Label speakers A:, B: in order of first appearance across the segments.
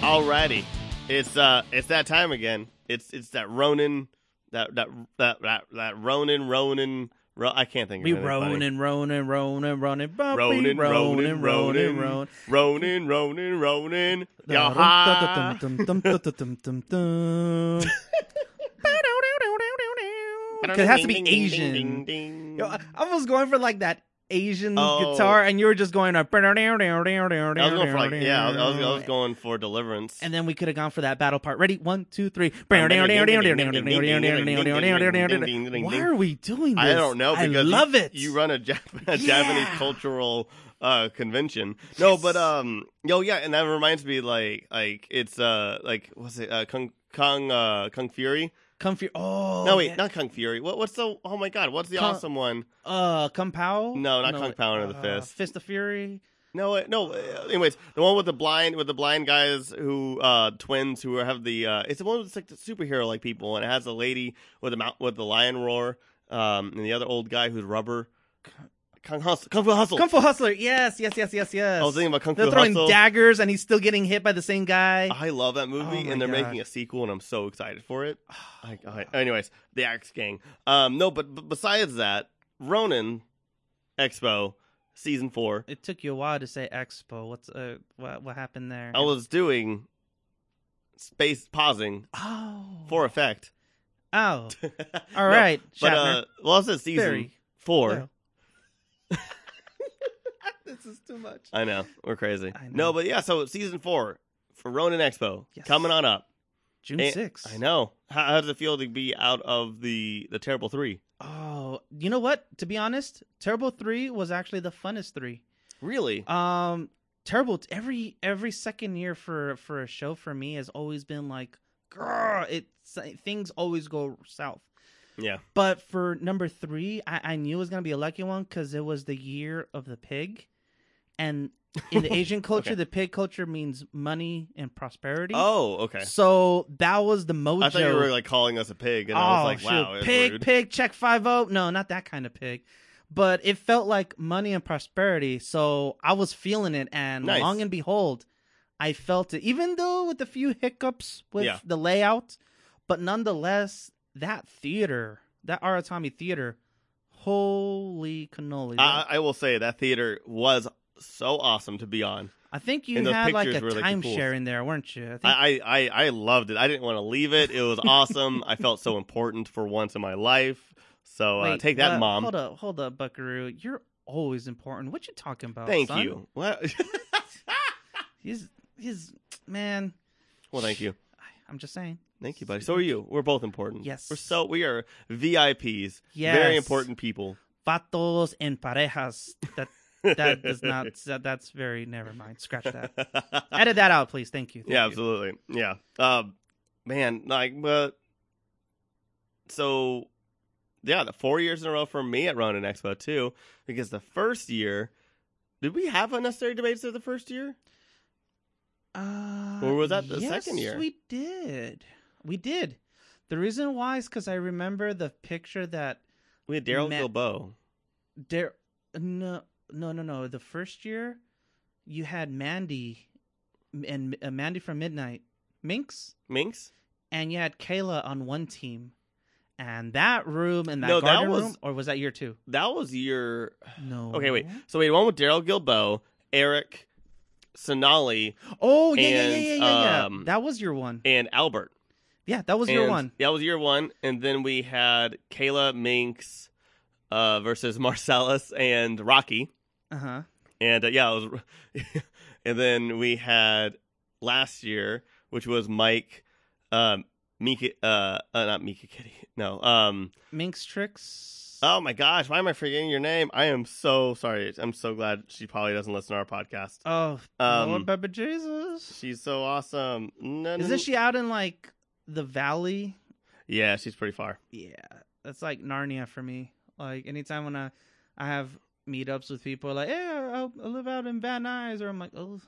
A: Alrighty, it's uh, it's that time again. It's it's that Ronin, that that that that, that Ronin, Ronin. Ro- I can't think of
B: We
A: anything funny.
B: Ronin, Ronin, Ronin, Ronin, Bumpy,
A: Ronin, Ronin, Ronin,
B: Ronin.
A: Ronin, Ronin, Ronin, Ronin. Y'all high?
B: Because it has to be Asian. uh, Yo, I
A: I
B: I was going for like that Asian
A: Oh.
B: guitar, and you were just going. uh, I was
A: was going for like, yeah, I was, I was, I was
B: going.
A: going for Deliverance.
B: And then we could have gone for that battle part. Ready? One, two, three. Why are we doing this?
A: I don't know
B: I
A: because you-
B: love it.
A: You run a, Jap- a
B: Yeah.
A: Japanese cultural uh, convention. No, but um, yo, yeah, and that reminds me, like, like it's uh, like what's it, uh, Kung Kung uh, Kung Fury?
B: Comfy. Oh.
A: no, wait,
B: man.
A: not Kung Fury. What, what's the? Oh my God, what's the
B: Kung-
A: awesome one?
B: Uh, Kung Pao?
A: No, not Kung Pao under the
B: uh,
A: fist.
B: Fist of Fury?
A: No, wait, no. uh, Anyways, the one with the blind with the blind guys who uh twins who have the uh it's the one with like the superhero like people and it has a lady with the mount with the lion roar um and the other old guy who's rubber. Kung Hustle, Kung Fu Hustle.
B: Kung Fu Hustler. Yes, yes, yes, yes, yes.
A: I was thinking about Kung
B: They're
A: Fu
B: throwing
A: Hustle. Ah.
B: daggers and he's still getting hit by the same guy.
A: I love that
B: Oh
A: movie,
B: my
A: and they're
B: God.
A: making a sequel, and I'm so excited for it. I, I, anyways, the Axe Gang. Um, no, but, but besides that, Ronin Expo season four.
B: It took you a while to say Expo. What's uh, what, what happened there?
A: I was doing space pausing
B: oh
A: for effect.
B: oh. All
A: No,
B: right,
A: But
B: Shatner.
A: uh, well, it's a season
B: Barry.
A: four.
B: No. this is too much.
A: I know we're crazy.
B: I know.
A: No, but yeah, so season four for Ronin Expo
B: Yes.
A: coming on up.
B: June
A: And-
B: sixth.
A: I know. How, how does it feel to be out of the the terrible three?
B: Oh, you know what? To be honest, Turbo Three was actually the funnest three.
A: Really?
B: Um, Turbo every every second year for for a show for me has always been like, grr, it things always go south.
A: yeah.
B: But for number three, I, I knew it was gonna be a lucky one because it was the year of the pig, and in the Asian culture,
A: Okay.
B: the pig culture means money and prosperity.
A: Oh, okay.
B: so that was the mojo.
A: I thought you were like calling us a pig, and
B: oh,
A: I was
B: shoot.
A: like, wow, that's
B: pig,
A: rude.
B: pig, check five zero. No, not that kind of pig. But it felt like money and prosperity, so I was feeling it. And
A: Nice.
B: long and behold, I felt it. Even though with a few hiccups with
A: Yeah.
B: the layout, but nonetheless, that theater, that Aratami theater, holy cannoli!
A: I, I will say that theater was so awesome to be on.
B: I think you
A: and the
B: had like a
A: pictures were, like, the
B: timeshare in there, weren't you? I think
A: I, I, I, I loved it. I didn't want to leave it. It was awesome. I felt so important for once in my life. So uh,
B: Wait,
A: take that,
B: uh,
A: mom.
B: Hold up, hold up, Buckaroo. You're always important. What you talking about?
A: Thank
B: son?
A: you. What?
B: He's he's man.
A: well, thank you.
B: I'm just saying.
A: Thank you, buddy. So are you. We're both important.
B: Yes.
A: We're so we are VIPs.
B: Yes.
A: Very important people.
B: Vatos and parejas. That that does not. That, that's very. Never mind. Scratch that. Edit that out, please. Thank you. Thank
A: yeah,
B: you.
A: absolutely. Yeah. Um man, like but so yeah, the four years in a row for me at Ronin Expo too, because the first year did we have unnecessary debates there the first year?
B: Uh,
A: Or was that the
B: yes,
A: second year?
B: We did. We did. The reason why is because I remember the picture that
A: We had Daryl
B: Ma-
A: Gilbo.
B: there. No, no, no, no. The first year, you had Mandy, and uh, Mandy from Midnight Minx,
A: Minx?
B: and you had Kayla on one team, and that room and that
A: No, that
B: garden
A: was-
B: room, or was that year two?
A: That was year
B: No.
A: Okay, wait. So we had one with Daryl Gilbo, Eric Sonali,
B: Oh yeah,
A: And,
B: yeah, yeah, yeah, yeah, yeah.
A: um,
B: that was your one.
A: and Albert.
B: Yeah, that was your
A: And-
B: one.
A: Yeah, it was year one, and then we had Kayla Minx uh, versus Marcellus and Rocky,
B: Uh huh.
A: and uh, yeah, it was. and then we had last year, which was Mike, um, Mika, uh, uh, not Mika Kitty, no, um,
B: Minx tricks.
A: oh my gosh, why am I forgetting your name? I am so sorry. I'm so glad she probably doesn't listen to our podcast.
B: Oh,
A: Um,
B: Lord Baba Jesus.
A: She's so awesome. No, no,
B: Isn't she out in like the valley?
A: Yeah, she's pretty far.
B: Yeah, that's like Narnia for me. Like anytime when I, I have meetups with people, like, hey, I, I live out in Van Nuys, or I'm like, oh,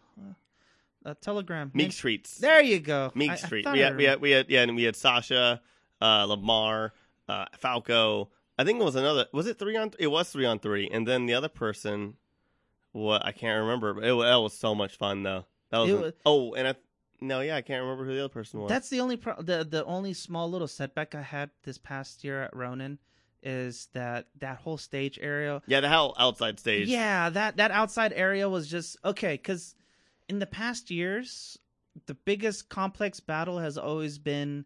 B: uh, a telegram.
A: Meek Streets.
B: There you go.
A: Meek
B: I- I
A: Street.
B: thought
A: we
B: I
A: had, we
B: remembered.
A: had, we had, yeah, and we had Sasha, uh, Lamar, uh, Falco. I think it was another. Was it three on? It was three on three, and then the other person, what I can't remember. But it, wa- that was so much fun though. That was,
B: It
A: an-
B: was-
A: oh, and I No, yeah, I can't remember who the other person was.
B: That's the only pro- the the only small little setback I had this past year at Ronin is that that whole stage area.
A: yeah, the hell outside stage.
B: Yeah, that that outside area was just okay cuz in the past years the biggest complex battle has always been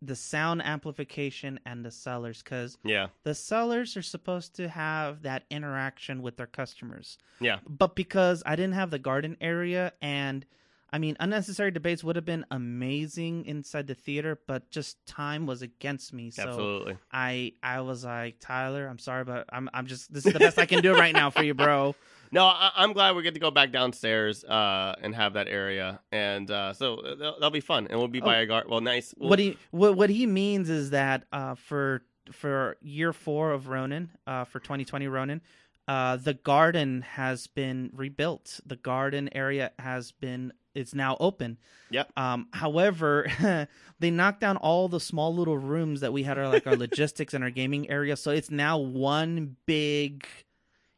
B: the sound amplification and the sellers cuz
A: yeah,
B: the sellers are supposed to have that interaction with their customers.
A: Yeah.
B: But because I didn't have the garden area and I mean unnecessary debates would have been amazing inside the theater, but just time was against me. So
A: absolutely.
B: I I was like, Tyler, I'm sorry, but I'm I'm just this is the best I can do right now for you, bro.
A: No, I, I'm glad we get to go back downstairs uh, and have that area, and uh, so th- that'll be fun, and we'll be by a guard. Well, nice. We'll-
B: Oh. what he what what he means is that uh, for for year four of Ronin, uh, for 2020 Ronin, uh, the garden has been rebuilt. The garden area has been it's now open.
A: Yep.
B: Um, however, they knocked down all the small little rooms that we had our like our logistics and our gaming area, so it's now one big.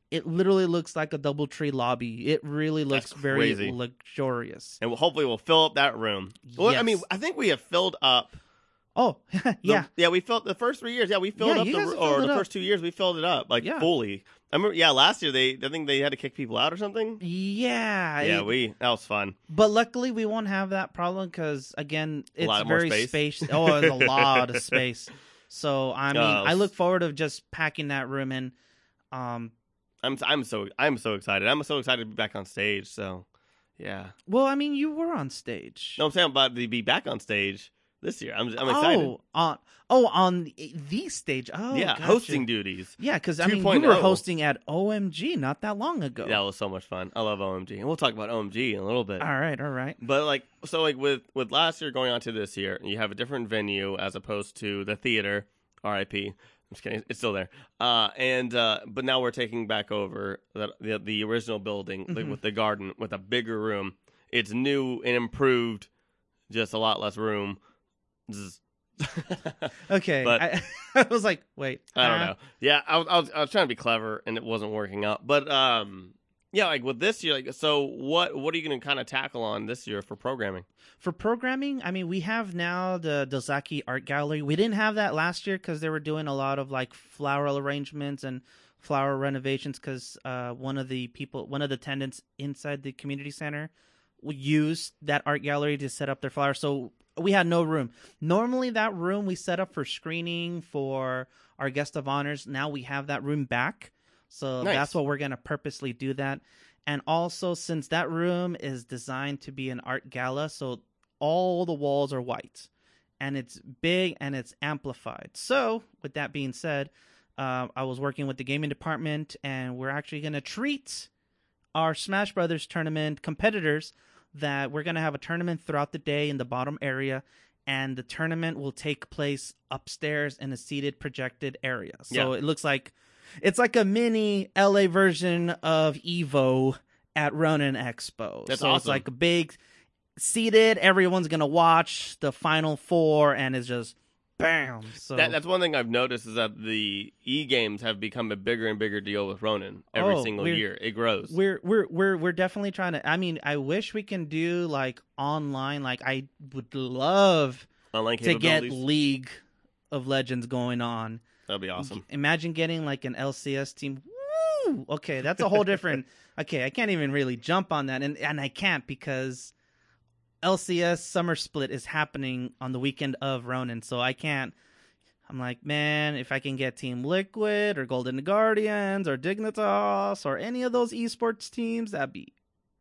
B: It literally looks like a double tree lobby. It really
A: That's
B: looks very
A: crazy.
B: luxurious.
A: and we'll, hopefully we'll fill up that room. Well, I mean,
B: Yes.
A: I think we have filled up.
B: Oh,
A: the-
B: yeah.
A: yeah. We filled the first three years. Yeah, we filled
B: Yeah,
A: up
B: you
A: the
B: guys
A: ro-
B: have filled
A: or
B: it
A: the
B: up.
A: first two years we filled it up like
B: Yeah.
A: fully. I remember. Yeah, last year they I think they had to kick people out or something.
B: Yeah.
A: yeah,
B: it-
A: we that was fun.
B: But luckily, we won't have that problem because again,
A: A lot
B: it's
A: more
B: very
A: space.
B: space. Oh, there's a lot of space. So I mean,
A: Oh,
B: I look forward to just packing that room in. Um,
A: I'm I'm so I'm so excited. I'm so excited to be back on stage. So, yeah.
B: well, I mean, you were on stage.
A: No, I'm saying I'm about to be back on stage this year. I'm I'm excited.
B: Oh, on oh on the stage. Oh,
A: yeah,
B: gotcha.
A: hosting duties.
B: Yeah, because I mean, you were
A: 2.0.
B: hosting at OMG not that long ago.
A: That was so much fun. I love OMG, and we'll talk about OMG in a little bit.
B: All right, all right.
A: But like so like with with last year going on to this year, you have a different venue as opposed to the theater. RIP. I'm just kidding. It's still there. Uh, and uh, but now we're taking back over the the, the original building like,
B: Mhm.
A: with the garden with a bigger room. It's new and improved, just a lot less room. Zzz.
B: Okay,
A: But-
B: I, I was like, wait, uh,
A: I don't
B: huh?
A: know. Yeah, I, was- I was I was trying to be clever and it wasn't working out. But um, yeah, like with this year, like so what what are you going to kind of tackle on this year for programming?
B: for programming, I mean, we have now the Dozaki Art Gallery. We didn't have that last year because they were doing a lot of like floral arrangements and flower renovations because uh, one of the people, one of the tenants inside the community center w- used that art gallery to set up their flowers. So we had no room. Normally, that room we set up for screening for our guest of honors. Now we have that room back. So
A: Nice.
B: that's what we're going to purposely do that. And also, since that room is designed to be an art gala, so all the walls are white and it's big and it's amplified. So, with that being said, uh, I was working with the gaming department and we're actually going to treat our Smash Brothers tournament competitors that we're going to have a tournament throughout the day in the bottom area and the tournament will take place upstairs in a seated projected area. So it looks like it's like a mini LA version of Evo at Ronin Expo.
A: That's
B: so it's
A: awesome.
B: like a big seated, everyone's going to watch the final four and it's just bam. So
A: That, that's one thing I've noticed is that the e games have become a bigger and bigger deal with Ronin every
B: Oh,
A: single
B: we're-
A: year. It grows.
B: we're we're we're we're definitely trying to I mean, I wish we can do like online like I would love
A: Online
B: to get
A: capabilities.
B: League of Legends going on.
A: That'd be awesome.
B: G- Imagine getting like an LCS team. Woo! Okay, that's a whole different. Okay, I can't even really jump on that, and and I can't because LCS Summer Split is happening on the weekend of Ronin, so I can't. I'm like, man, if I can get Team Liquid or Golden Guardians or Dignitas or any of those esports teams, that'd be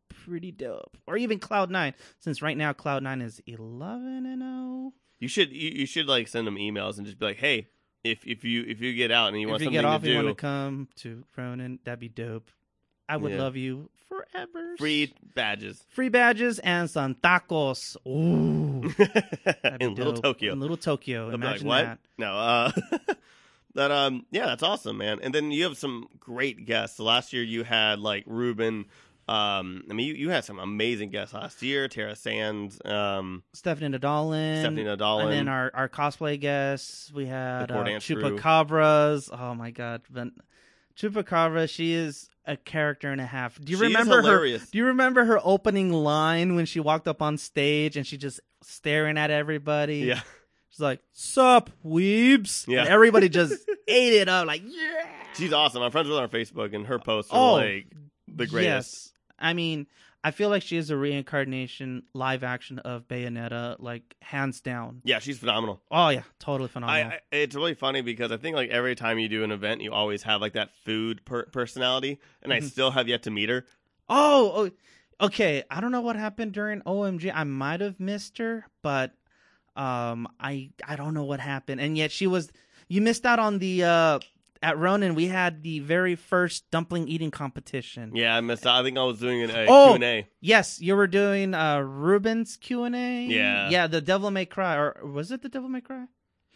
B: pretty dope. Or even Cloud Nine, since right now Cloud Nine is 11 and oh. 0.
A: You should you, you should like send them emails and just be like, hey, if if you if you get out and you want
B: if you
A: something
B: get off,
A: to
B: you
A: do,
B: want to come to Ronin, that'd be dope. I would
A: Yeah.
B: love you forever.
A: free badges
B: free badges and some tacos. Ooh, that'd be
A: in Little
B: dope.
A: Tokyo.
B: in Little Tokyo.
A: I'll be
B: Imagine
A: like, what?
B: that.
A: No, uh, that um, yeah, that's awesome, man. And then you have some great guests. So last year you had like Ruben. Um, I mean, you, you had some amazing guests last year. Tara Sands, um,
B: Stephanie Nadalin,
A: Stephanie Nadal,
B: and then our, our cosplay guests. We had
A: The poor
B: uh,
A: dance crew.
B: chupacabras. Oh my god, Ven- Chupacabra, she is a character and a half. Do you
A: She is
B: remember her?
A: hilarious.
B: Do you remember her opening line when she walked up on stage and she just staring at everybody?
A: Yeah.
B: She's like, "Sup, weebs?"
A: Yeah.
B: And everybody just ate it up like, "Yeah."
A: She's awesome. I'm friends with her on Facebook, and her posts
B: Oh,
A: are like the greatest.
B: Yes. I mean, I feel like she is a reincarnation live action of Bayonetta, like hands down.
A: Yeah, she's phenomenal.
B: Oh yeah,
A: I,
B: totally phenomenal.
A: I it's really funny because I think like every time you do an event, you always have like that food per- personality, and I
B: Mhm.
A: still have yet to meet her.
B: Oh, oh, okay. I don't know what happened during OMG. I might have missed her, but um, I I don't know what happened. And yet she was. You missed out on the uh at Ronin. We had the very first dumpling eating competition.
A: Yeah, I missed. out. I think I was doing an a
B: Oh!
A: and A.
B: Yes, you were doing uh Ruben's Q and A.
A: Yeah.
B: yeah. The Devil May Cry, or was it the Devil May Cry?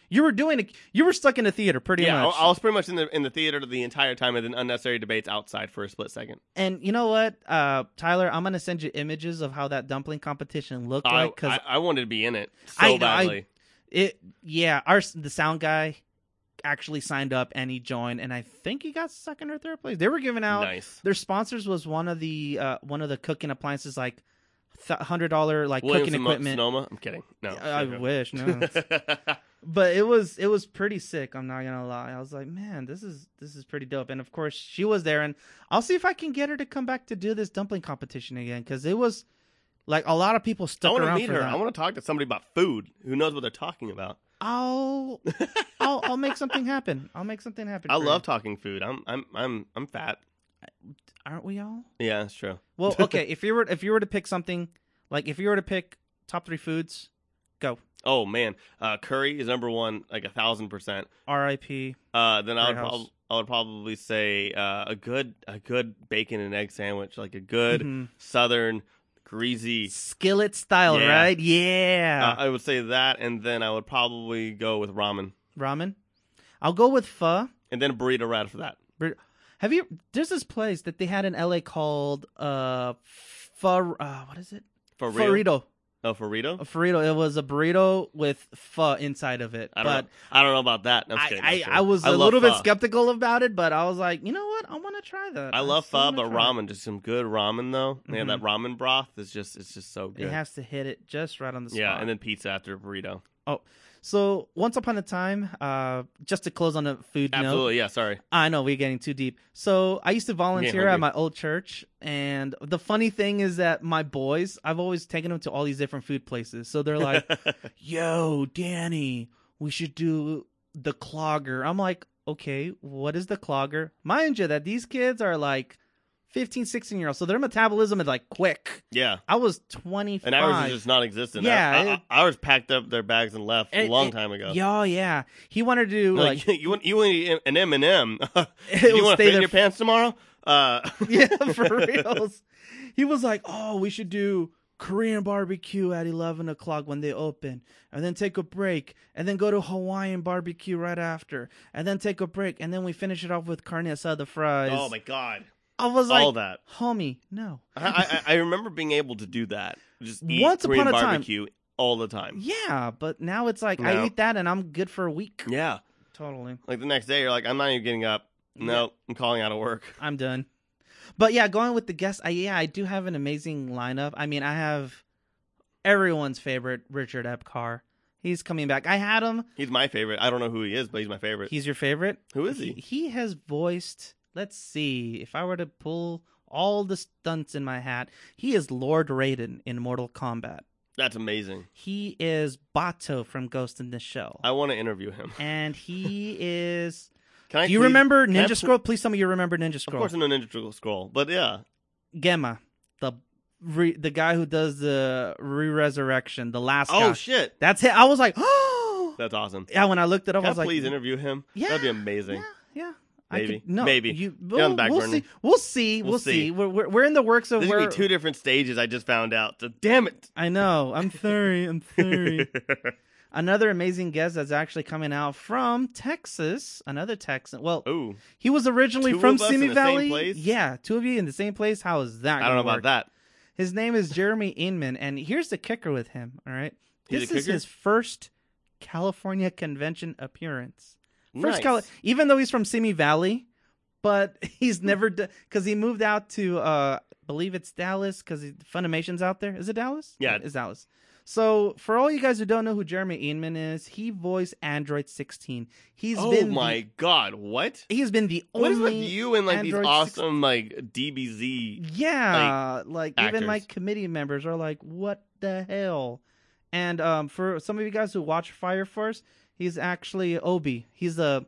B: You were doing. A, you were stuck in a theater, pretty
A: Yeah, I,
B: much.
A: I was pretty much in the in the theater the entire time, and then unnecessary debates outside for a split second.
B: and you know what, uh, Tyler, I'm gonna send you images of how that dumpling competition looked
A: I,
B: like because
A: I, I wanted to be in it so
B: I know, I-
A: badly.
B: It yeah, our the sound guy actually signed up and he joined, and I think he got second or third place. They were giving out
A: nice.
B: their sponsors was one of the uh, one of the cooking appliances like th- hundred dollar like
A: Williams
B: cooking
A: and
B: equipment.
A: Sonoma. I'm kidding. No,
B: I, I wish no, but it was it was pretty sick. I'm not gonna lie. I was like, man, this is this is pretty dope. And of course, she was there, and I'll see if I can get her to come back to do this dumpling competition again because it was like a lot of people
A: I
B: stuck
A: want to
B: around
A: meet
B: for
A: her.
B: that.
A: I want to talk to somebody about food who knows what they're talking about.
B: I'll I'll I'll make something happen. I'll make something happen.
A: I
B: for
A: love
B: you.
A: talking food. I'm I'm I'm I'm fat.
B: Aren't we all?
A: Yeah, that's true.
B: Well, okay. if you were if you were to pick something, like if you were to pick top three foods, go.
A: Oh man, uh, curry is number one, like a thousand percent.
B: R.I.P.
A: Uh, then I would,
B: Curry house.
A: prob- I would probably say uh, a good a good bacon and egg sandwich, like a good
B: Mhm.
A: southern greasy.
B: Skillet style,
A: Yeah.
B: right? Yeah.
A: Uh, I would say that, and then I would probably go with ramen,
B: Ramen. I'll go with pho.
A: and then burrito right after that.
B: Have you? There's this place that they had in L.A. called uh, pho. Uh, what is it?
A: For real?
B: Burrito.
A: Oh, burrito.
B: A burrito. It was a burrito with pho inside of it.
A: I don't.
B: but
A: know. I don't know about that. I'm just kidding, I'm
B: I,
A: kidding.
B: I, I was a
A: love
B: little bit
A: pho.
B: skeptical about it, but I was like, you know what? I want to try that.
A: I love
B: still
A: pho,
B: wanna
A: but
B: try it.
A: ramen, just some good ramen though. Yeah,
B: Mhm.
A: that ramen broth is just it's just so good.
B: It has to hit it just right on the spot.
A: yeah, and then pizza after burrito.
B: so once upon a time, uh, just to close on a food note,
A: Absolutely. Yeah. Sorry.
B: I know we're getting too deep. So I used to volunteer at
A: hungry.
B: my old church, and the funny thing is that my boys, I've always taken them to all these different food places. So they're like, "Yo, Danny, we should do the clogger." I'm like, "Okay, what is the clogger?" Mind you, that these kids are like 15, 16 year olds, so their metabolism is like quick.
A: yeah.
B: I was 25.
A: And ours is just non-existent.
B: Yeah,
A: I,
B: it-
A: I- ours packed up their bags and left a
B: It-
A: long
B: it-
A: time ago.
B: Yeah, yeah. He wanted to do like
A: Like, you want you want an M and M?
B: it
A: You
B: will
A: want to
B: stay
A: fit in
B: there.
A: your pants tomorrow? Uh,
B: yeah, for reals. He was like, "Oh, we should do Korean barbecue at eleven o'clock when they open, and then take a break, and then go to Hawaiian barbecue right after, and then take a break, and then we finish it off with carne asada fries."
A: oh my god!
B: I was like,
A: All that.
B: "Homie, no."
A: I, I I remember being able to do that. Just eat
B: Once
A: Korean
B: upon a time-
A: barbecue all the time.
B: Yeah, but now it's like
A: No.
B: I eat that and I'm good for a week.
A: Yeah.
B: Totally.
A: Like the next day, you're like, I'm not even getting up. No, I'm calling out of work.
B: I'm done. But yeah, going with the guests, I yeah, I do have an amazing lineup. I mean, I have everyone's favorite Richard Epcar. He's coming back. I had him.
A: He's my favorite. I don't know who he is, but he's my favorite.
B: He's your favorite.
A: who is he?
B: He has voiced. Let's see. If I were to pull all the stunts in my hat, he is Lord Raiden in Mortal Kombat.
A: That's amazing.
B: He is Bato from Ghost in the Shell.
A: I want to interview him.
B: and he is.
A: Can I
B: Do you
A: please-
B: remember
A: can I
B: Ninja
A: pl-
B: Scroll? Please tell me you remember Ninja
A: Of
B: Scroll.
A: course, I know Ninja Scroll, but yeah,
B: Gemma, the re- the guy who does the re-resurrection, the last
A: Oh
B: guy.
A: shit,
B: That's it. I was like, oh,
A: that's awesome.
B: yeah. When I looked it up,
A: Can
B: I
A: I,
B: was like,
A: please interview him?
B: Yeah,
A: that'd be amazing.
B: yeah, yeah. I
A: Maybe.
B: could, no,
A: Maybe.
B: You,
A: on
B: we'll,
A: the back
B: we'll
A: burner.
B: see. We'll see. We'll,
A: We'll
B: see.
A: see.
B: We're, we're we're in the works of
A: There's
B: where.
A: gonna be two different stages. I just found out. So damn it.
B: I know. I'm sorry. I'm sorry. another amazing guest that's actually coming out from Texas. Another Texan. Well,
A: Ooh,
B: he was originally
A: Oh, Two
B: from
A: of us
B: Simi
A: in the same
B: Valley.
A: place?
B: Yeah, two of you in the same place. How is that?
A: I don't know
B: gonna work?
A: about that.
B: His name is Jeremy Inman, and here's the kicker with him. All right,
A: He's a
B: this is
A: kicker?
B: his first California convention appearance. First,
A: nice. Hmm.
B: Cali- even though he's from Simi Valley, but he's never because he moved out to uh believe it's Dallas because Funimation's out there. Is it Dallas?
A: Yeah.
B: it's Dallas. So for all you guys who don't know who Jeremy Einman is, he voiced Android 16. He's
A: oh
B: been
A: my god, what?
B: the, he's been the only
A: What is with you and like
B: Android
A: these
B: 16
A: awesome like DBZ?
B: yeah, like, even
A: actors.
B: my committee members are like, "What the hell?" And um, for some of you guys who watch Fire Force, he's actually Obi. He's a.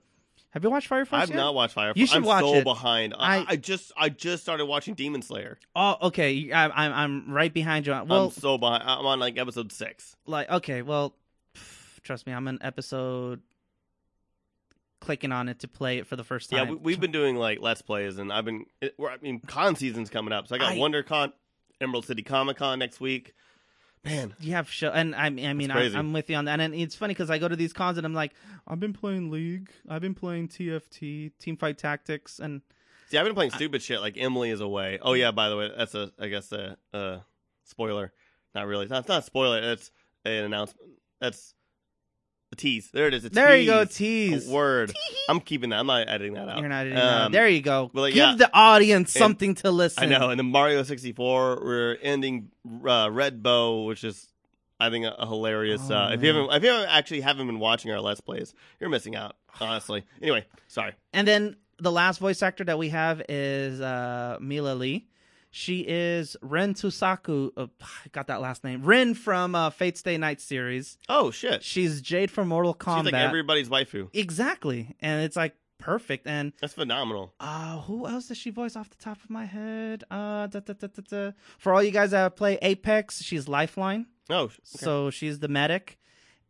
B: Have you watched Fire Force?
A: I've
B: yet?
A: not watched Firefly.
B: You should
A: I'm
B: watch
A: so
B: it.
A: behind. I,
B: I-
A: I just I just started watching Demon Slayer.
B: Oh, okay. I, I'm I'm right behind you. on-
A: I'm
B: Well,
A: so behind. I'm on like episode six.
B: like okay, well, pff, trust me, I'm an episode clicking on it to play it for the first time.
A: Yeah, we, we've been doing like let's plays, and I've been. It, we're, I mean, con season's coming up, so I got
B: I-
A: WonderCon, Emerald City Comic Con next week. Man,
B: You have show, and I, mean- I mean, I,
A: crazy.
B: I'm with you on that. And it's funny because I go to these cons and I'm like, I've been playing League, I've been playing TFT, Team Fight Tactics, and
A: see, I've been playing stupid shit like Emily is away. Oh yeah, by the way, that's a I guess a, a spoiler. Not really. It's not, it's not a spoiler. That's an announcement. That's a tease. There it is. A
B: there you go,
A: tease.
B: tease.
A: A word. I'm keeping that. I'm not editing that out.
B: You're not
A: Um,
B: There you go.
A: well,
B: Give
A: yeah.
B: the audience
A: And-
B: something to listen.
A: I know. And then Mario 64, we're ending uh, Red Bow, which is, I think, a, a hilarious.
B: Oh,
A: uh, if you
B: man.
A: haven't, if you haven't actually haven't been watching our Let's Plays, you're missing out. Honestly. Anyway, sorry.
B: And then the last voice actor that we have is uh, Mila Lee. She is Ren Tusaku. Oh, I got that last name. Ren from uh, Fate Stay Night series.
A: Oh shit.
B: She's Jade from Mortal Kombat.
A: She's like everybody's waifu.
B: exactly. And it's like perfect. And
A: That's phenomenal.
B: uh, who else does she voice off the top of my head? Uh, da, da, da, da, da. For all you guys that play Apex, she's Lifeline.
A: Oh, okay.
B: So she's the medic.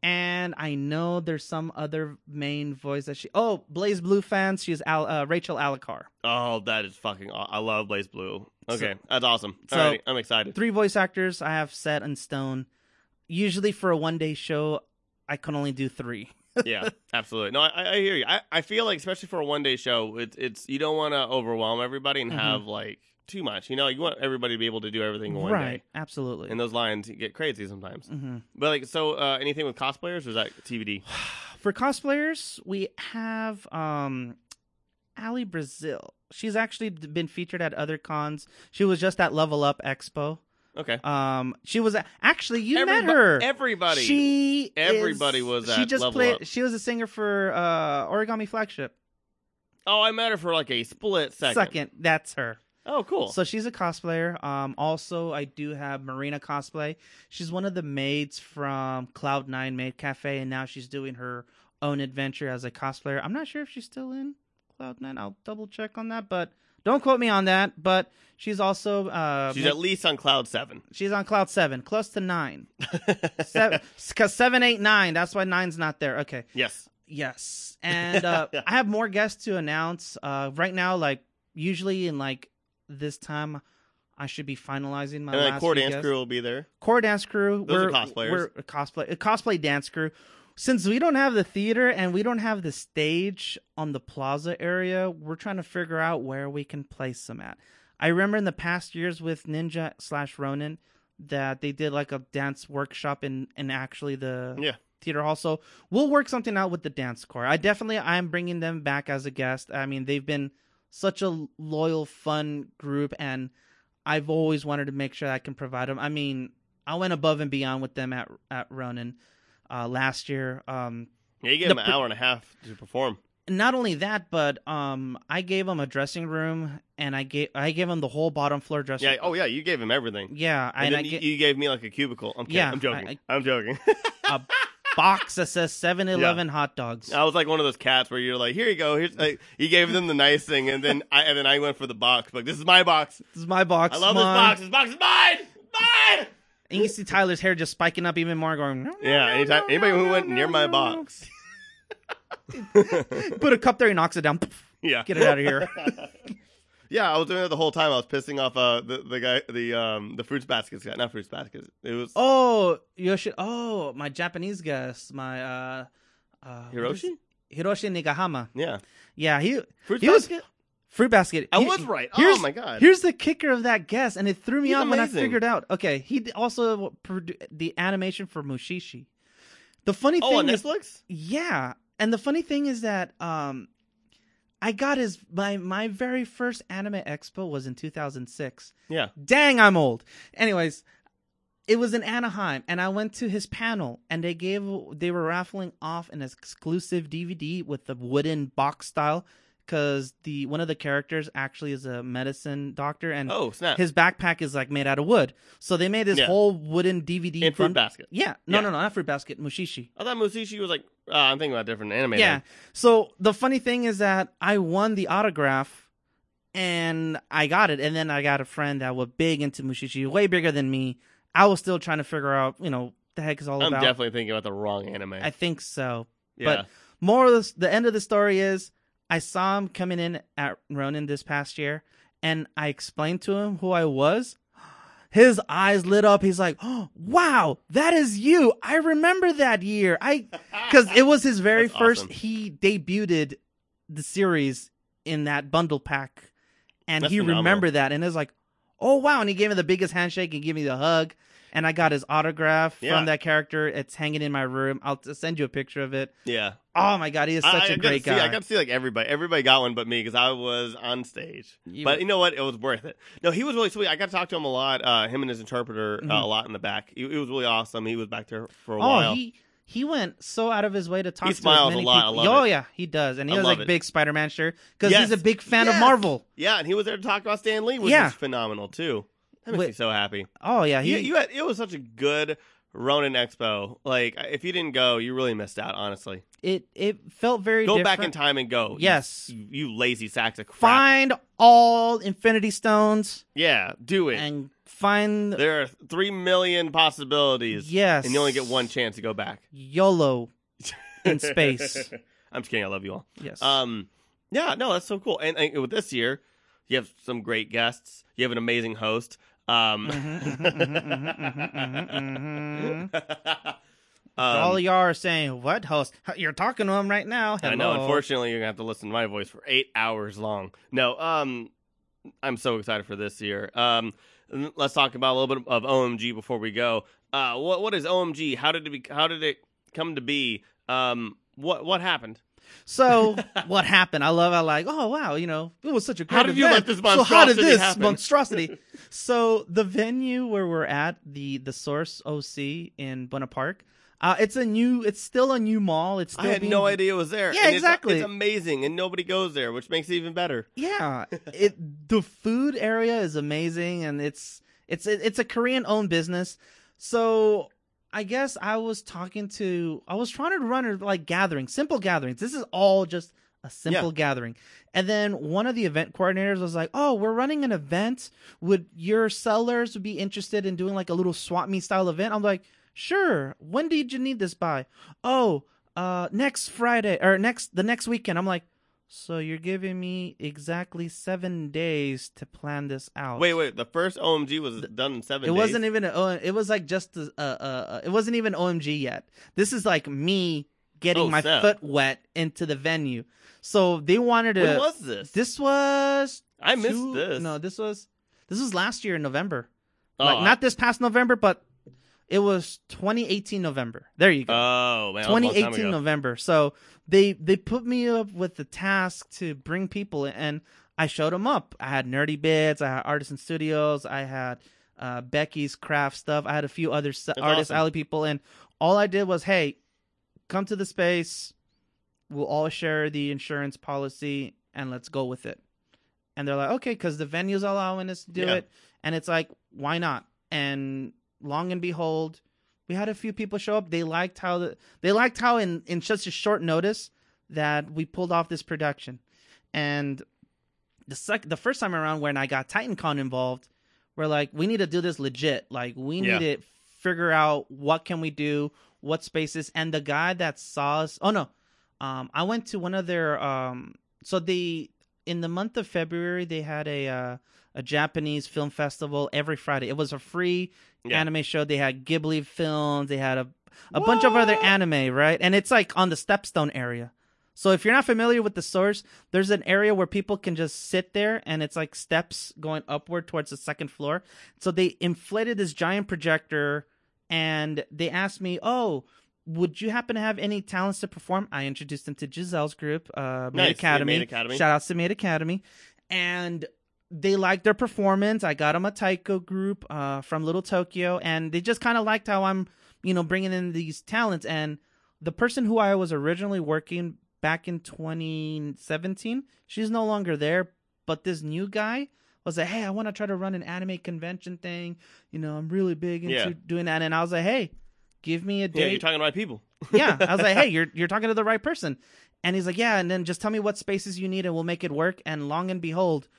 B: And I know there's some other main voice that she. Oh, Blaze Blue fans. She's Al, uh, Rachel Alicar.
A: oh, that is fucking. Aw- I love Blaze Blue. Okay, that's awesome.
B: so-
A: Alrighty, I'm excited.
B: Three voice actors I have set in stone. Usually for a one day show, I can only do three.
A: yeah, absolutely. No, I, I hear you. I, I feel like especially for a one day show, it's it's you don't want to overwhelm everybody and
B: Mhm.
A: have like too much. You know, you want everybody to be able to do everything in one
B: right.
A: day.
B: Absolutely.
A: And those lines get crazy sometimes.
B: hmm
A: But like, so uh, anything with cosplayers or is that TBD?
B: For cosplayers, we have um Ali Brazil. She's actually d- been featured at other cons. She was just at Level Up Expo.
A: Okay.
B: Um, she was a- actually you
A: Everybo-
B: met her.
A: Everybody.
B: She
A: Everybody
B: is-
A: was
B: she
A: at
B: just
A: Level
B: played.
A: Up.
B: She was a singer for uh, Origami Flagship.
A: oh, I met her for like a split second.
B: that's her.
A: Oh, cool.
B: So she's a cosplayer. Um, also I do have Marina cosplay. She's one of the maids from Cloud Nine Maid Cafe, and now she's doing her own adventure as a cosplayer. I'm not sure if she's still in Cloud Nine. I'll double check on that, but don't quote me on that. But she's also uh,
A: She's
B: ma-
A: at least on cloud seven.
B: she's on Cloud Seven, close to nine. Seven, cause seven, eight, nine. That's why nine's not there. Okay.
A: yes.
B: Yes, and uh, I have more guests to announce uh, right now. Like usually in like this time, I should be finalizing my
A: And
B: last
A: then core
B: few
A: dance
B: guests.
A: crew will be there.
B: Core dance crew.
A: Those are
B: we're
A: cosplayers.
B: We're a cosplay a cosplay dance crew. Since we don't have the theater and we don't have the stage on the plaza area, we're trying to figure out where we can place them at. I remember in the past years with Ninja slash Ronin that they did like a dance workshop in in actually the
A: Yeah.
B: theater hall. So we'll work something out with the dance corps. I definitely I'm bringing them back as a guest. I mean they've been such a loyal, fun group, and I've always wanted to make sure I can provide them. I mean I went above and beyond with them at at Ronin uh, last year. Um,
A: Yeah, you give
B: The
A: them an
B: pre-
A: hour and a half to perform.
B: not only that, but um, I gave them a dressing room, and I gave I gave them the whole bottom floor dressing.
A: Yeah. Oh yeah, you gave him everything.
B: yeah,
A: And,
B: and I
A: then
B: get
A: you you gave me like a cubicle. I'm kidding.
B: Yeah,
A: I'm joking.
B: I-
A: I, am joking.
B: a box that says 7-Eleven hot dogs.
A: I was like one of those cats where you're like, "Here you go." Here's like, you gave them the nice thing, and then I and then I went for the box. Like, this is my box.
B: This is my box.
A: I love
B: Mom.
A: this box. This box is mine. Mine.
B: And you see Tyler's hair just spiking up even more, going. "No,
A: Yeah.
B: no,
A: Anytime
B: no,
A: anybody
B: no,
A: who
B: no,
A: went
B: no,
A: near my
B: no, no."
A: box.
B: Put a cup there, he knocks it down.
A: yeah.
B: Get it out of here.
A: Yeah, I was doing that the whole time. I was pissing off uh, the the guy, the um, the fruits baskets guy, not fruits baskets. It was
B: Oh, Yoshi. Oh, my Japanese guest, my uh, uh what is-
A: Hiroshi.
B: Hiroshi Nigahama.
A: Yeah,
B: Yeah, he
A: fruits
B: he was
A: basket.
B: fruit basket.
A: I
B: He-
A: was right.
B: here's-
A: Oh my god.
B: Here's the kicker of that guess, and it threw me
A: He's
B: off when I
A: amazing.
B: figured out. Okay, he d- also produ- the animation for Mushishi. The funny
A: oh,
B: thing
A: on
B: is,
A: Netflix.
B: yeah, and the funny thing is that um, I got his my my very first anime expo was in 2006.
A: Yeah.
B: Dang, I'm old. Anyways, it was in Anaheim, and I went to his panel, and they gave they were raffling off an exclusive DVD with the wooden box style, because the one of the characters actually is a medicine doctor, and
A: Oh snap!
B: his backpack is like made out of wood. So they made this
A: Yeah.
B: whole wooden DVD
A: in fruit
B: bun-
A: basket.
B: Yeah, no,
A: Yeah.
B: no, no, not fruit basket, mushishi.
A: I thought Musishi was like. Uh, I'm thinking about different anime.
B: Yeah. So the funny thing is that I won the autograph and I got it. And then I got a friend that was big into Mushishi, way bigger than me. I was still trying to figure out, you know, the heck is all
A: then. I'm
B: about.
A: definitely thinking about the wrong anime.
B: I think so.
A: yeah.
B: but- More of the, the end of the story is I saw him coming in at Ronin this past year and I explained to him who I was. His eyes lit up. He's like, oh, "Wow, that is you! I remember that year. I because it was his very
A: That's
B: first
A: awesome.
B: he debuted the series in that bundle pack and
A: That's
B: he
A: phenomenal.
B: remembered that and it was like oh wow and he gave me the biggest handshake and gave me the hug and i got his autograph
A: Yeah.
B: from that character it's hanging in my room i'll t- send you a picture of it
A: yeah.
B: oh my god he is
A: I-
B: such
A: I
B: a
A: got to
B: great
A: see,
B: guy
A: I got to see like everybody. Everybody got one but me because I was on stage.
B: You-
A: but you know what? It was worth it. No, he was really sweet. I got to talk to him a lot. Uh, him and his interpreter uh,
B: Mhm.
A: a lot in the back. It, it was really awesome. He was back there for a
B: oh
A: while.
B: he he went so out of his way to talk to
A: smiles
B: as many
A: a lot. I
B: people.
A: love
B: oh yeah, he does, and he
A: I
B: has
A: love
B: like
A: it.
B: big Spider-Man shirt because
A: Yes.
B: he's a big fan
A: Yes.
B: of Marvel.
A: yeah, and he was there to talk about Stan Lee, which
B: Yeah.
A: was phenomenal too. That makes
B: Wait.
A: me so happy.
B: Oh yeah, he
A: you, you had, it was such a good Ronin Expo. Like if you didn't go, you really missed out. Honestly,
B: it it felt very
A: go
B: different.
A: back in time and go. you-
B: Yes.
A: you, you lazy sacks of crap.
B: Find all Infinity Stones
A: Yeah, do it.
B: and find
A: there are three million possibilities.
B: yes,
A: and you only get one chance to go back
B: YOLO in space.
A: I'm just kidding. I love you all.
B: Yes.
A: Um, yeah, no, that's so cool. And, and with this year, you have some great guests. You have an amazing host. Um,
B: Mhm, mhm, mhm, mhm, mhm, mhm. all
A: um,
B: y'all are saying, "What host? You're talking to him right now." Hello.
A: I know. Unfortunately, you're gonna have to listen to my voice for eight hours long. No, um, I'm so excited for this year. Um, n- let's talk about a little bit of OMG before we go. Uh, what what is OMG? How did it be, How did it come to be? Um, what what happened?
B: So what happened? I love. I like. Oh wow, you know, it was such a great.
A: How did you
B: event.
A: let this
B: So how did
A: monstrosity
B: this
A: happen?
B: monstrosity? so the venue where we're at, the the Source OC in Buena Park, uh, it's a new. It's still a new mall. It's still
A: I had
B: being
A: no idea it was there.
B: Yeah,
A: and it's-
B: exactly.
A: It's amazing, and nobody goes there, which makes it even better.
B: Yeah, it the food area is amazing, and it's it's it's a Korean owned business. So I guess I was talking to I was trying to run a, like gathering, simple gatherings. This is all just a simple gathering. And then one of the event coordinators was like, "Oh, we're running an event. Would your sellers be interested in doing like a little swap meet style event?" I'm like, "Sure. When did you need this by?" "Oh, uh, next Friday or next the next weekend." I'm like. So you're giving me exactly seven days to plan this out.
A: Wait, wait. The first OMG was done in seven.
B: Oh, It
A: days?
B: wasn't even a, oh, it was like just a, a, a it wasn't even OMG yet. This is like me getting
A: Oh,
B: my
A: snap.
B: foot wet into the venue. So they wanted to
A: When was this?
B: This was
A: I missed
B: two-
A: this.
B: No, this was this was last year in November.
A: oh,
B: like not this past November, but it was 2018 November. There you go.
A: Oh man, that was a long time
B: 2018
A: ago.
B: November. So they they put me up with the task to bring people, in, and I showed them up. I had Nerdy Bits, I had Artisan Studios, I had uh, Becky's Craft stuff, I had a few other s artist
A: awesome.
B: alley people, and all I did was, hey, come to the space, we'll all share the insurance policy, and let's go with it. And they're like, okay, because the venue's allowing us to do
A: Yeah.
B: it, and it's like, why not? And long and behold, we had a few people show up. They liked how the, they liked how in in such a short notice that we pulled off this production. And the sec- the first time around when I got TitanCon involved, we're like, we need to do this legit. Like we
A: Yeah.
B: need to figure out what can we do, what spaces. And the guy that saw us, oh no, um, I went to one of their um, so they in the month of February they had a uh, a Japanese film festival every Friday. It was a free
A: Yeah.
B: anime show. They had Ghibli films. They had a a bunch of other
A: What?
B: anime, right? And it's like on the Stepstone area. So if you're not familiar with the source, there's an area where people can just sit there and it's like steps going upward towards the second floor. So they inflated this giant projector and they asked me, "Oh, would you happen to have any talents to perform? I introduced them to Giselle's group, uh,
A: Nice.
B: Maid Academy.
A: Maid Academy.
B: Shout outs to Maid Academy, and they liked their performance. I got them a taiko group uh, from Little Tokyo, and they just kind of liked how I'm, you know, bringing in these talents. And the person who I was originally working back in 2017, she's no longer there. But this new guy was like, "Hey, I want to try to run an anime convention thing. You know, I'm really big into
A: Yeah.
B: doing that." And I was like, "Hey." Give me
A: Yeah,
B: a date
A: you're talking to the right people.
B: yeah i was like hey you're you're talking to the right person and he's like yeah and then just tell me what spaces you need and we'll make it work and long and behold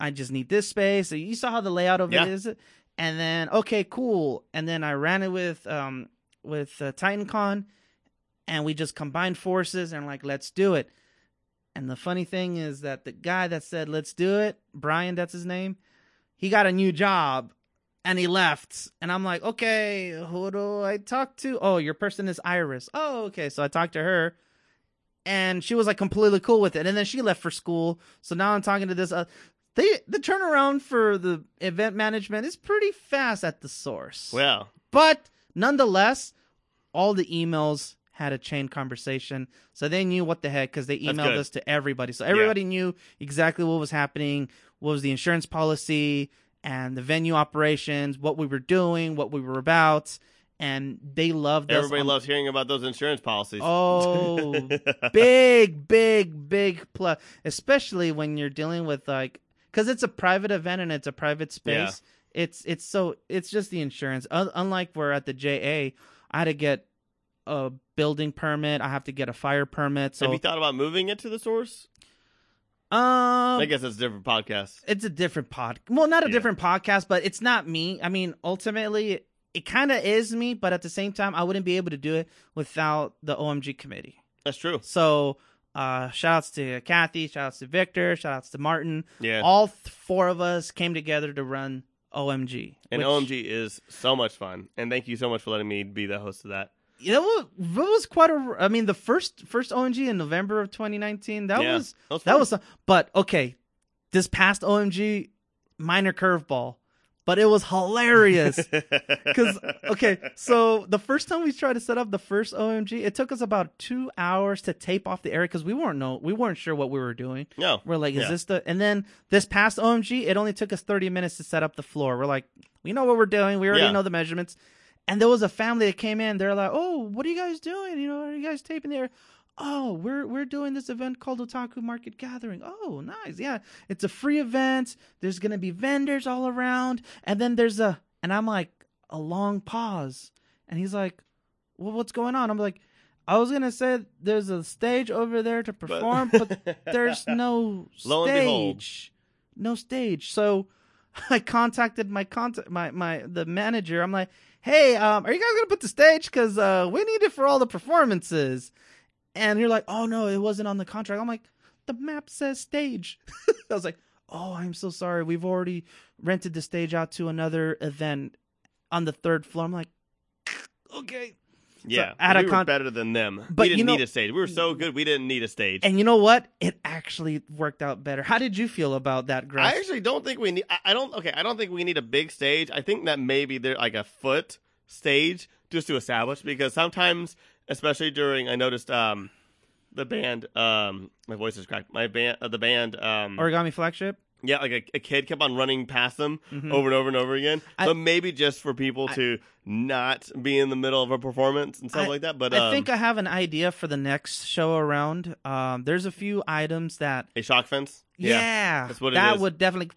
B: i just need this space you saw how the layout of
A: Yeah.
B: it is and then okay cool and then i ran it with um with uh, titan con and we just combined forces and like let's do it and the funny thing is that the guy that said let's do it brian that's his name he got a new job and he left. And I'm like, okay, who do I talk to? Oh, your person is Iris. Oh, okay. So I talked to her, and she was like completely cool with it. And then she left for school. So now I'm talking to this. Uh, they the turnaround for the event management is pretty fast at the source.
A: Wow.
B: But nonetheless, all the emails had a chain conversation. So they knew what the heck because they
A: That's
B: emailed
A: good.
B: us to everybody. So everybody knew exactly what was happening, what was the insurance policy and the venue operations, what we were doing, what we were about. And they loved us.
A: Everybody
B: on-
A: loves hearing about those insurance policies.
B: um, Oh, big, big, big plus, especially when you're dealing with like, because it's a private event and it's a private
A: Yeah.
B: space. It's it's so it's just the insurance. Un- unlike we're at the JA, I had to get a building permit. I have to get a fire permit.
A: Have
B: So,
A: you thought about moving it to the source?
B: um,
A: I guess that's a different podcast.
B: it's a different pod. Well, not a
A: Yeah.
B: different podcast, but it's not me. I mean, ultimately, it, kind of is me, but at the same time, I wouldn't be able to do it without the OMG committee.
A: That's true.
B: So, uh, shout outs to Kathy, shout outs to Victor, shout outs to Martin.
A: Yeah.
B: All th- four of us came together to run OMG.
A: and
B: which-
A: OMG is so much fun. And thank you so much for letting me be the host of that.
B: You know, what- that was quite a. I mean, the first first OMG in November of 2019. That
A: Yeah.
B: was
A: That was,
B: that
A: fun.
B: was. some- But okay, this past OMG, minor curveball, but it was hilarious. Because okay, so the first time we tried to set up the first OMG, it took us about two hours to tape off the area because we weren't know we weren't sure what we were doing.
A: no.
B: We're like, is
A: Oh, Yeah.
B: this the? And then this past OMG, it only took us 30 minutes to set up the floor. We're like, we know what we're doing. We already
A: Yeah.
B: know the measurements. And there was a family that came in. They're like, oh, what are you guys doing? You know, are you guys taping there? Oh, we're we're doing this event called Otaku Market Gathering. Oh, nice. Yeah, it's a free event. There's gonna be vendors all around, and then there's a and I'm like a long pause, and he's like, well, what's going on? I'm like, I was gonna say there's a stage over there to perform, but there's no
A: Lo and behold.
B: stage. No stage. So I contacted my contact my my the manager. I'm like, "Hey, um are you guys going to put the stage cuz uh we need it for all the performances." And you're like, "Oh no, it wasn't on the contract." I'm like, "The map says stage." I was like, "Oh, I'm so sorry. We've already rented the stage out to another event on the third floor." I'm like, "Okay."
A: yeah,
B: at a
A: we were
B: con-
A: better than them.
B: But
A: we
B: you
A: didn't
B: know-
A: need a stage. We were so good. We didn't need a stage.
B: And you know what? It actually worked out better. How did you feel about that, Gruff?
A: I actually don't think we need. I, I don't. Okay, I don't think we need a big stage. I think that maybe there like a foot stage just to establish because sometimes, especially during, I noticed um the band um my voice is cracked. My band uh, the band um
B: Origami flagship.
A: yeah like a, a kid kept on running past them
B: Mhm.
A: over and over and over again.
B: I-
A: but maybe just for people
B: I-
A: to not be in the middle of a performance and stuff
B: I-
A: like that. But
B: I
A: um,
B: think I have an idea for the next show around. Um, there's a few items that,
A: a shock fence.
B: yeah,
A: that's what it
B: that
A: is.
B: would definitely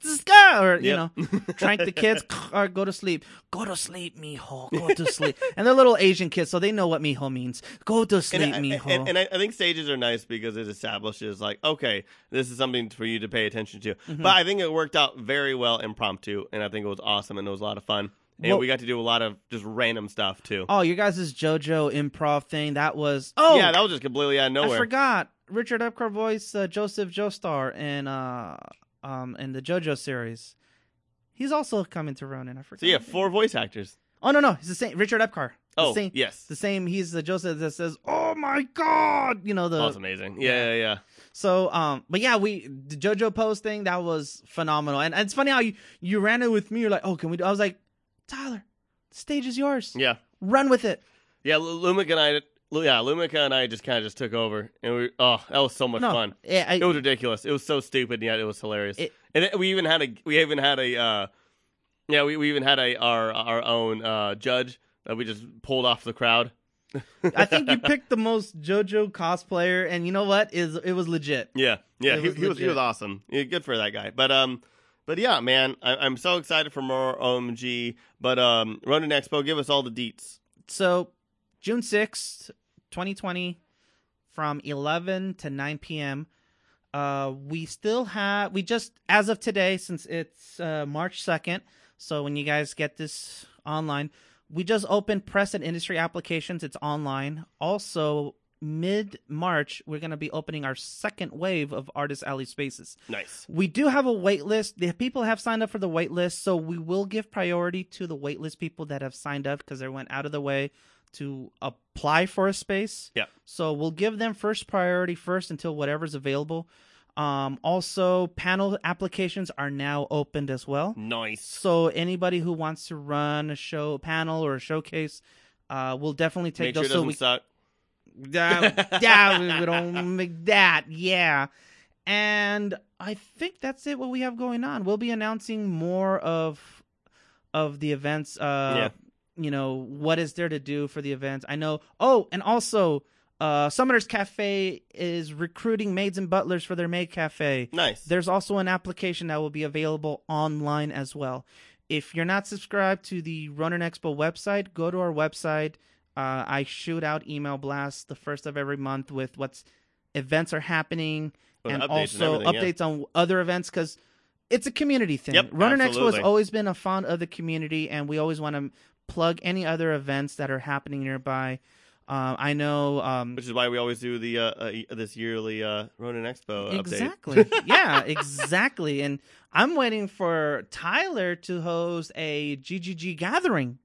B: or you
A: Yep.
B: know, trank the kids or go to sleep. Go to sleep, mijo. Go to sleep. and they're little Asian kids, so they know what mijo means. Go to sleep,
A: and, I-
B: mijo.
A: and, and I, I think stages are nice because it establishes like okay this is something for you to pay attention to
B: Mm-hmm.
A: but i think it worked out very well impromptu and i think it was awesome and it was a lot of fun and
B: Well-
A: we got to do a lot of just random stuff too
B: oh, your guys' JoJo improv thing. That was oh
A: yeah that was just completely out of
B: I
A: nowhere
B: forgot Richard Epcar voiced uh, Joseph Joestar in uh um in the JoJo series. He's also coming to Ronin. I forgot.
A: so yeah four voice actors
B: Oh no no, he's the same Richard Epcar. The
A: oh
B: same,
A: yes
B: the same. He's the Joseph that says, "Oh my god," you know the.
A: that was amazing yeah yeah yeah
B: So um, but yeah, we the JoJo post thing that was phenomenal, and, and it's funny how you you ran it with me. You're like, "Oh, can we?" do I was like, "Tyler, the stage is yours.
A: yeah
B: Run with it."
A: yeah L- lumic and i Lu- yeah, Lumica and I just kind of just took over, and we oh that was so much
B: no,
A: fun.
B: Yeah, I,
A: It was ridiculous. It was so stupid, yet it was hilarious.
B: It-
A: and it, we even had a we even had a uh, yeah we, we even had a our our own uh, judge that we just pulled off the crowd.
B: I think you picked the most JoJo cosplayer, and you know what? Is it was legit.
A: Yeah, yeah,
B: It
A: he,
B: was
A: he was he
B: legit.
A: was awesome. Yeah, good for that guy. But um, but yeah, man, I, I'm so excited for more OMG. But um, Ronin Expo, give us all the deets.
B: So, June sixth, twenty twenty, from eleven to nine p.m. Uh, we still have we just as of today, since it's uh, March second. So when you guys get this online, we just opened press and industry applications. It's online. Also, mid March, we're gonna be opening our second wave of Artist Alley spaces.
A: Nice.
B: We do have a wait list. The people have signed up for the wait list, so we will give priority to the wait list people that have signed up because they went out of the way to apply for a space.
A: Yeah.
B: So we'll give them first priority first until whatever's available. Um, also, panel applications are now opened as well.
A: Nice.
B: So anybody who wants to run a show panel or a showcase, uh, we'll definitely take
A: Make sure it
B: those.
A: doesn't
B: so we
A: suck.
B: yeah, yeah, we- we don't make that. Yeah. And I think that's it what we have going on. We'll be announcing more of of the events uh you know, what is there to do for the events. I know. Oh, and also uh Summoners Cafe is recruiting maids and butlers for their maid cafe.
A: Nice.
B: There's also an application that will be available online as well. If you're not subscribed to the Ronin Expo website, go to our website. Uh, I shoot out email blasts the first of every month with what's events are happening
A: With
B: and
A: updates and
B: also
A: everything, yeah.
B: updates on other events because it's a community thing.
A: Yep,
B: Ronin Expo
A: absolutely.
B: has always been a fond of the community, and we always want to plug any other events that are happening nearby. Um, I know. Um,
A: Which is why we always do the uh, uh this yearly uh Ronin Expo update.
B: Exactly. yeah, exactly. And I'm waiting for Tyler to host a GGG gathering.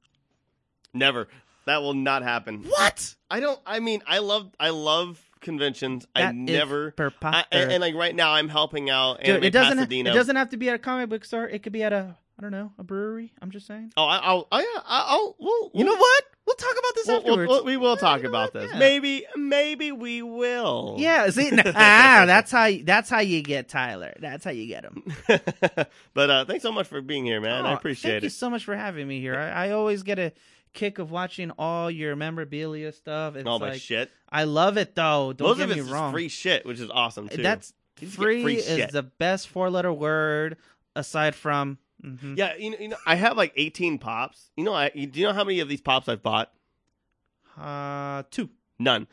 A: Never. That will not happen.
B: What?
A: I don't. I mean, I love. I love conventions. I
B: That is
A: never.
B: per
A: I,
B: Potter.
A: and, and, like right now, I'm helping out
B: Dude,
A: Anime
B: it doesn't.
A: Pasadena.
B: It doesn't have to be at a comic book store. It could be at a I don't know a brewery. I'm just saying.
A: Oh, I, I'll. I, I'll. I'll we'll,
B: You know what? We'll talk about this
A: We'll, we'll,
B: afterwards.
A: we'll- we will talk
B: know
A: about
B: what?
A: this.
B: Yeah.
A: Maybe. Maybe we will.
B: yeah. See, ah, that's how. That's how you get Tyler. That's how you get him.
A: but uh, thanks so much for being here, man. I
B: Aw,
A: appreciate
B: thank you
A: it.
B: so much for having me here. I, I always get a kick of watching all your memorabilia stuff. It's
A: All my
B: like
A: shit.
B: I love it though. Don't
A: Most
B: get
A: of
B: me
A: it's just
B: wrong.
A: free shit, which is awesome too.
B: That's
A: You just get
B: free,
A: free
B: is
A: shit.
B: the best four letter word aside from mhm.
A: yeah. You know, you know, I have like 18 pops. You know, I. You, do you know how many of these pops I've bought?
B: uh two.
A: None.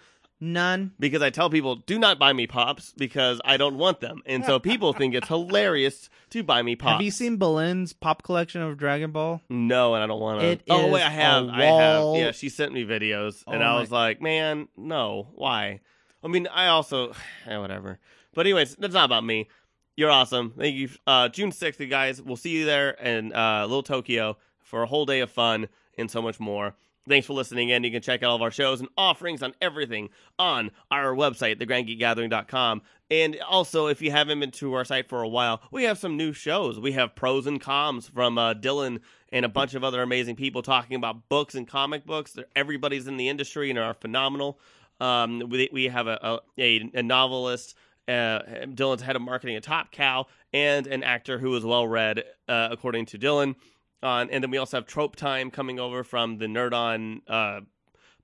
B: None.
A: because I tell people, do not buy me pops because I don't want them. And so people think it's hilarious to buy me pops.
B: Have you seen Belin's pop collection of Dragon Ball?
A: No, and I don't want to.
B: It
A: oh,
B: is
A: wait, I
B: a
A: have. I have.
B: wall.
A: Yeah, she sent me videos, and
B: Oh
A: I
B: my-
A: was like, man, no, why? I mean, I also, eh, whatever. But anyways, that's not about me. You're awesome. Thank you. Uh, June 6th, you guys. We'll see you there in uh, Little Tokyo for a whole day of fun and so much more. Thanks for listening in. You can check out all of our shows and offerings on everything on our website, thegrandgeekgathering.com. And also, if you haven't been to our site for a while, we have some new shows. We have pros and cons from uh, Dylan and a bunch of other amazing people talking about books and comic books. They're- Everybody's in the industry and are phenomenal. Um, we, we have a, a, a novelist, uh, Dylan's head of marketing at Top Cow, and an actor who is well read, uh, according to Dylan. On, and then we also have Trope Time coming over from the Nerd On uh,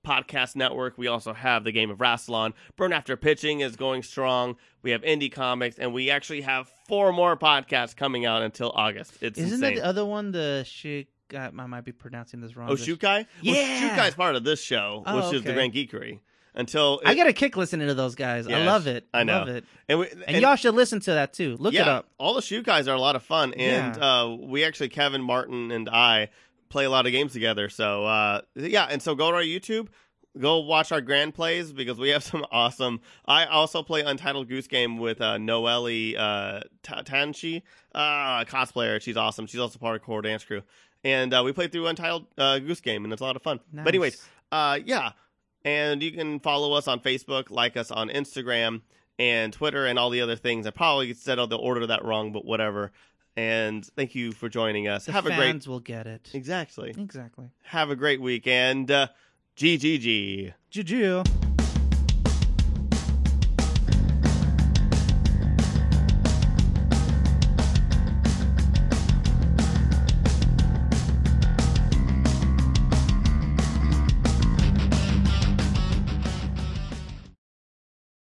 A: podcast network. We also have the game of Rassilon. Burn After Pitching is going strong. We have indie comics, and we actually have four more podcasts coming out until August. It's
B: Isn't that
A: insane.
B: the other one the shit I might be pronouncing this wrong.
A: Oh,
B: The-
A: Shukai?
B: Yeah.
A: Well, Shukai's part of this show,
B: Oh,
A: which is the
B: okay.
A: Grand Geekery. Until
B: I get a kick listening to those guys. I
A: Yes,
B: love it.
A: I know.
B: Love it.
A: and, we,
B: And, y'all should listen to that too. Look
A: yeah,
B: it up.
A: All the Shukais are a lot of fun, and uh, we actually Kevin Martin and I play a lot of games together. So uh, yeah, and so go to our YouTube. Go watch our grand plays because we have some awesome. I also play Untitled Goose Game with uh, Noelle uh, Ta- Tanchi, uh, cosplayer. She's awesome. She's also part of Core Dance Crew, and uh, we play through Untitled uh, Goose Game, and it's a lot of fun. But anyways,
B: Nice.
A: uh, yeah. And you can follow us on Facebook, like us on Instagram and Twitter, and all the other things. I probably said all the order of that wrong, but whatever. And thank you for joining us.
B: The
A: Have a great
B: fans will get it.
A: exactly.
B: Exactly.
A: Have a great weekend. Uh, GGG.
B: Juju.